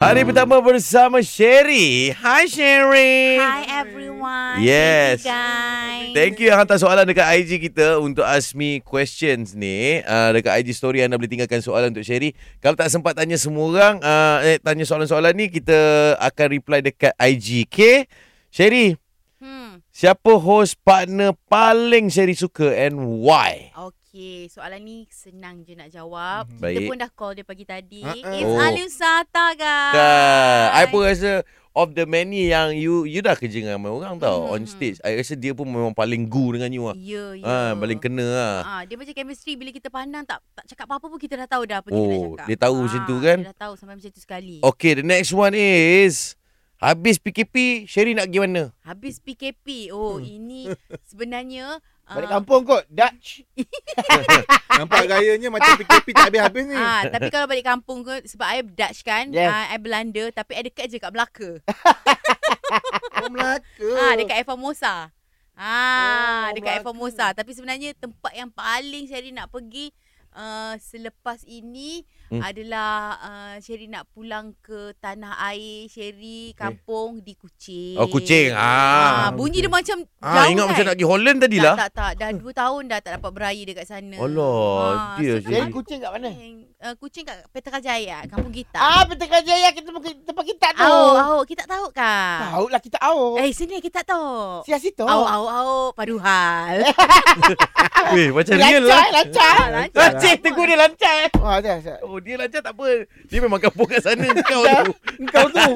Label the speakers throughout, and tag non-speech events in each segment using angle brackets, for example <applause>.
Speaker 1: Hari pertama bersama Sherry. Hi Sherry.
Speaker 2: Hi everyone.
Speaker 1: Yes.
Speaker 2: Thank you guys.
Speaker 1: Thank you yang hantar soalan dekat IG kita untuk Ask Me Questions ni. Uh, dekat IG story anda boleh tinggalkan soalan untuk Sherry. Kalau tak sempat tanya semua orang, uh, eh, tanya soalan-soalan ni kita akan reply dekat IG. Okay? Sherry,
Speaker 2: Hmm.
Speaker 1: siapa host partner paling Sherry suka and why?
Speaker 2: Okey, soalan ni senang je nak jawab.
Speaker 1: Mhm.
Speaker 2: Kita
Speaker 1: Baik.
Speaker 2: pun dah call dia pagi tadi.
Speaker 3: Ha, ha.
Speaker 2: It's
Speaker 1: Oh.
Speaker 2: Alusata guys.
Speaker 1: Kan, I pun rasa of the many yang you you dah kerja dengan ramai orang tau
Speaker 2: Mhm.
Speaker 1: on stage. I rasa dia pun memang paling goo dengan you ah.
Speaker 2: Ya, ya.
Speaker 1: Ah, paling kena lah.
Speaker 2: Ah, dia macam chemistry bila kita pandang tak tak cakap apa-apa pun kita dah tahu dah apa kita nak
Speaker 1: Oh,
Speaker 2: cakap.
Speaker 1: dia tahu
Speaker 2: Ah,
Speaker 1: macam tu kan?
Speaker 2: Dia dah tahu sampai macam tu sekali.
Speaker 1: Okay, the next one is habis PKP, Sherry nak pergi mana?
Speaker 2: Habis PKP. Oh,
Speaker 1: Hmm. <laughs>
Speaker 2: ini sebenarnya ah,
Speaker 3: Balik kampung kot
Speaker 4: <laughs>
Speaker 3: Dutch Nampak gayanya macam PKP tak habis-habis ni
Speaker 2: Ah, tapi kalau balik kampung ke sebab I Dutch kan,
Speaker 3: Yes.
Speaker 2: ah, I Belanda tapi I dekat je kat Melaka.
Speaker 4: Oh,
Speaker 3: Orang Melaka
Speaker 2: Ah, dekat Air Formosa. Ah,
Speaker 3: Oh,
Speaker 2: dekat Air
Speaker 3: Melaka.
Speaker 2: Formosa. Tapi sebenarnya tempat yang paling Sherry nak pergi uh, selepas ini
Speaker 1: Hmm.
Speaker 2: hmm. adalah uh, Sherry nak pulang ke tanah air Sherry kampung di Kuching.
Speaker 1: Oh, Kuching. Ah.
Speaker 2: Eh, ah bunyi dia macam
Speaker 1: Ah,
Speaker 2: jauh
Speaker 1: ingat
Speaker 2: kan?
Speaker 1: macam nak pergi Holland tadi
Speaker 2: tak,
Speaker 1: lah.
Speaker 2: tak, tak. Dah 2 tahun dah tak dapat beraya dekat sana. Ah,
Speaker 1: Alah, dia
Speaker 2: so
Speaker 3: Jadi
Speaker 1: Sherry.
Speaker 2: kat
Speaker 3: kucing kat mana?
Speaker 2: Kuching, uh, Kuching kat Petaka Jaya, Kampung Kita.
Speaker 3: Ah, Peter Kajaya kita pergi tempat kita tu.
Speaker 2: Au, au, kita tahu kan?
Speaker 3: Tahu lah kita au.
Speaker 2: Eh, sini kita tahu.
Speaker 3: Sia situ.
Speaker 2: Au, au, au, paduhal.
Speaker 4: <laughs>
Speaker 1: Weh, macam real lah.
Speaker 3: Lancar, eh, lancar.
Speaker 2: Ah, lancar.
Speaker 4: lah.
Speaker 1: Lancar, tegur dia lancar.
Speaker 3: Wah, dah. dah.
Speaker 1: Oh, dia lancar tak apa. Dia memang kampung kat
Speaker 2: <laughs>
Speaker 1: sana kau tu.
Speaker 3: Engkau tu.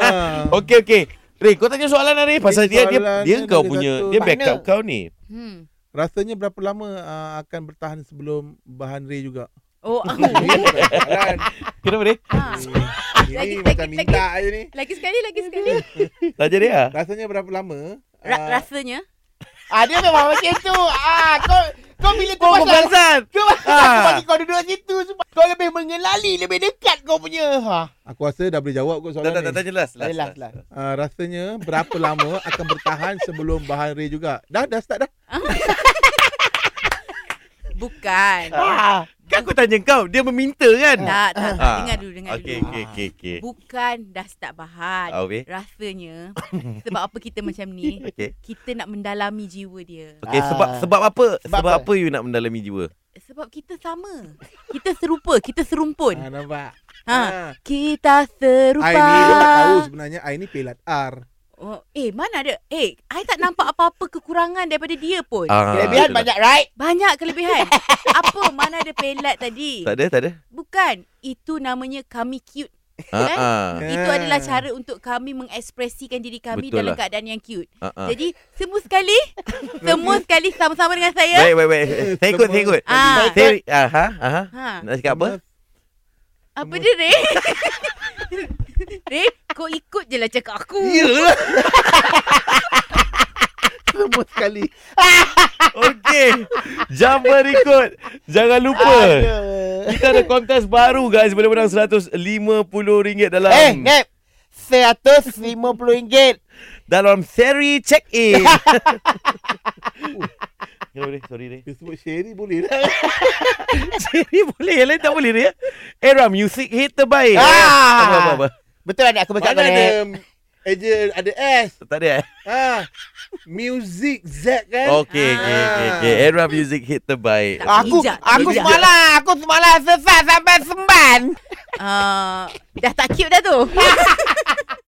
Speaker 3: Ah.
Speaker 1: Okey, okey. Ray, kau tanya soalan lah, Ray. Pasal dia, dia,
Speaker 3: soalannya
Speaker 1: dia kau
Speaker 3: ada
Speaker 1: punya,
Speaker 3: satu.
Speaker 1: dia backup
Speaker 3: Partner.
Speaker 1: kau ni.
Speaker 2: Hmm.
Speaker 4: Rasanya berapa lama uh, akan bertahan sebelum bahan
Speaker 2: <laughs>
Speaker 4: Ray juga?
Speaker 2: Oh, aku.
Speaker 4: Hmm.
Speaker 1: Kenapa, Ray?
Speaker 2: ha. Lagi,
Speaker 3: Ini
Speaker 2: lagi,
Speaker 3: macam minta je ni.
Speaker 2: Lagi sekali, lagi sekali.
Speaker 1: Tanya dia lah.
Speaker 4: Rasanya berapa lama?
Speaker 2: Ra- rasanya.
Speaker 3: Ah, dia memang macam tu. Ah, kau kau bila tu
Speaker 1: Kau kau
Speaker 3: pasal
Speaker 1: perasan.
Speaker 3: kau pasal aku
Speaker 1: Ah.
Speaker 3: bagi kau duduk situ sebab kau lebih mengenali, lebih dekat kau punya. Ha.
Speaker 4: Aku rasa dah boleh jawab kot
Speaker 1: Tak,
Speaker 4: soalan
Speaker 1: tak, tak,
Speaker 4: ni.
Speaker 1: tak jelas.
Speaker 3: Last, last, last.
Speaker 4: Uh, rasanya berapa lama akan bertahan sebelum bahan Ray juga? Dah, dah start dah.
Speaker 2: Bukan.
Speaker 3: Ah.
Speaker 1: Kan aku tanya kau, dia meminta kan?
Speaker 2: tak, tak, tak.
Speaker 1: Ah.
Speaker 2: Dengar dulu, dengar
Speaker 1: Okey,
Speaker 2: dulu.
Speaker 1: okey, okey, okey.
Speaker 2: Bukan dah start bahan.
Speaker 1: Ah, weh.
Speaker 2: Rasanya,
Speaker 4: <coughs>
Speaker 2: sebab apa kita macam ni,
Speaker 1: Okey.
Speaker 2: kita nak mendalami jiwa dia.
Speaker 1: Okey,
Speaker 3: Ah.
Speaker 1: sebab sebab apa?
Speaker 3: Sebab
Speaker 1: Sebab
Speaker 3: apa?
Speaker 1: apa you nak mendalami jiwa?
Speaker 2: Sebab kita sama. Kita serupa, kita serumpun.
Speaker 4: Ah, nampak?
Speaker 2: Ha.
Speaker 4: Ah.
Speaker 2: Kita
Speaker 4: I ni dia tak tahu
Speaker 2: serupa.
Speaker 4: sebenarnya I ni pelat R.
Speaker 2: Oh, eh, mana ada? Eh, I tak nampak apa-apa kekurangan daripada dia pun.
Speaker 1: Ah,
Speaker 3: Kelebihan
Speaker 1: itulah.
Speaker 3: banyak, right?
Speaker 2: Banyak
Speaker 1: <laughs>
Speaker 2: kelebihan. Apa mana ada pelat tadi?
Speaker 1: Tak ada, tak ada.
Speaker 2: Bukan. Itu namanya kami cute.
Speaker 1: Ah,
Speaker 3: Kan?
Speaker 2: Eh?
Speaker 1: ah.
Speaker 2: Itu adalah cara untuk kami mengekspresikan diri kami
Speaker 1: Betul
Speaker 2: dalam
Speaker 1: lah.
Speaker 2: keadaan yang cute.
Speaker 1: Ah, ah.
Speaker 2: Jadi semua sekali, semua sekali sama-sama dengan saya.
Speaker 1: Baik, baik, baik. <laughs> Saya ikut, saya ikut.
Speaker 2: Ah.
Speaker 1: Saya, ah, ha, ah, ha.
Speaker 2: Ha.
Speaker 1: Nak
Speaker 4: Ya,
Speaker 1: cakap apa?
Speaker 2: Apa dia, Ray? <laughs> Ray, kau ikut je lah cakap aku.
Speaker 1: Yelah.
Speaker 3: <laughs> Semua sekali.
Speaker 1: <laughs> Okey. Jam berikut. Jangan lupa.
Speaker 3: Ah, ya. Aduh.
Speaker 1: Kita ada kontes baru guys. Boleh menang RM150 dalam
Speaker 3: Eh, Nep. RM150.
Speaker 1: dalam seri
Speaker 3: <laughs>
Speaker 1: check-in. <laughs> Kenapa dia? Sorry <laughs> dia.
Speaker 4: Dia sebut Sherry boleh lah.
Speaker 1: Seri boleh. Yang lain tak boleh dia. Era music hit terbaik.
Speaker 3: Ah.
Speaker 1: Apa, apa, apa.
Speaker 3: Betul ada aku backup
Speaker 4: Mana
Speaker 3: kau,
Speaker 4: ada
Speaker 3: Nep.
Speaker 4: ejen ada S.
Speaker 1: Tak ada eh?
Speaker 4: Ha. Music Z kan?
Speaker 1: Okey, okey, okey. okey. Era music hit terbaik.
Speaker 2: Tak
Speaker 3: Aku
Speaker 2: bijak, tak
Speaker 3: aku
Speaker 2: bijak.
Speaker 3: semalam, aku semalam sesat sampai semban.
Speaker 1: <laughs>
Speaker 2: Ah, dah tak cute dah tu.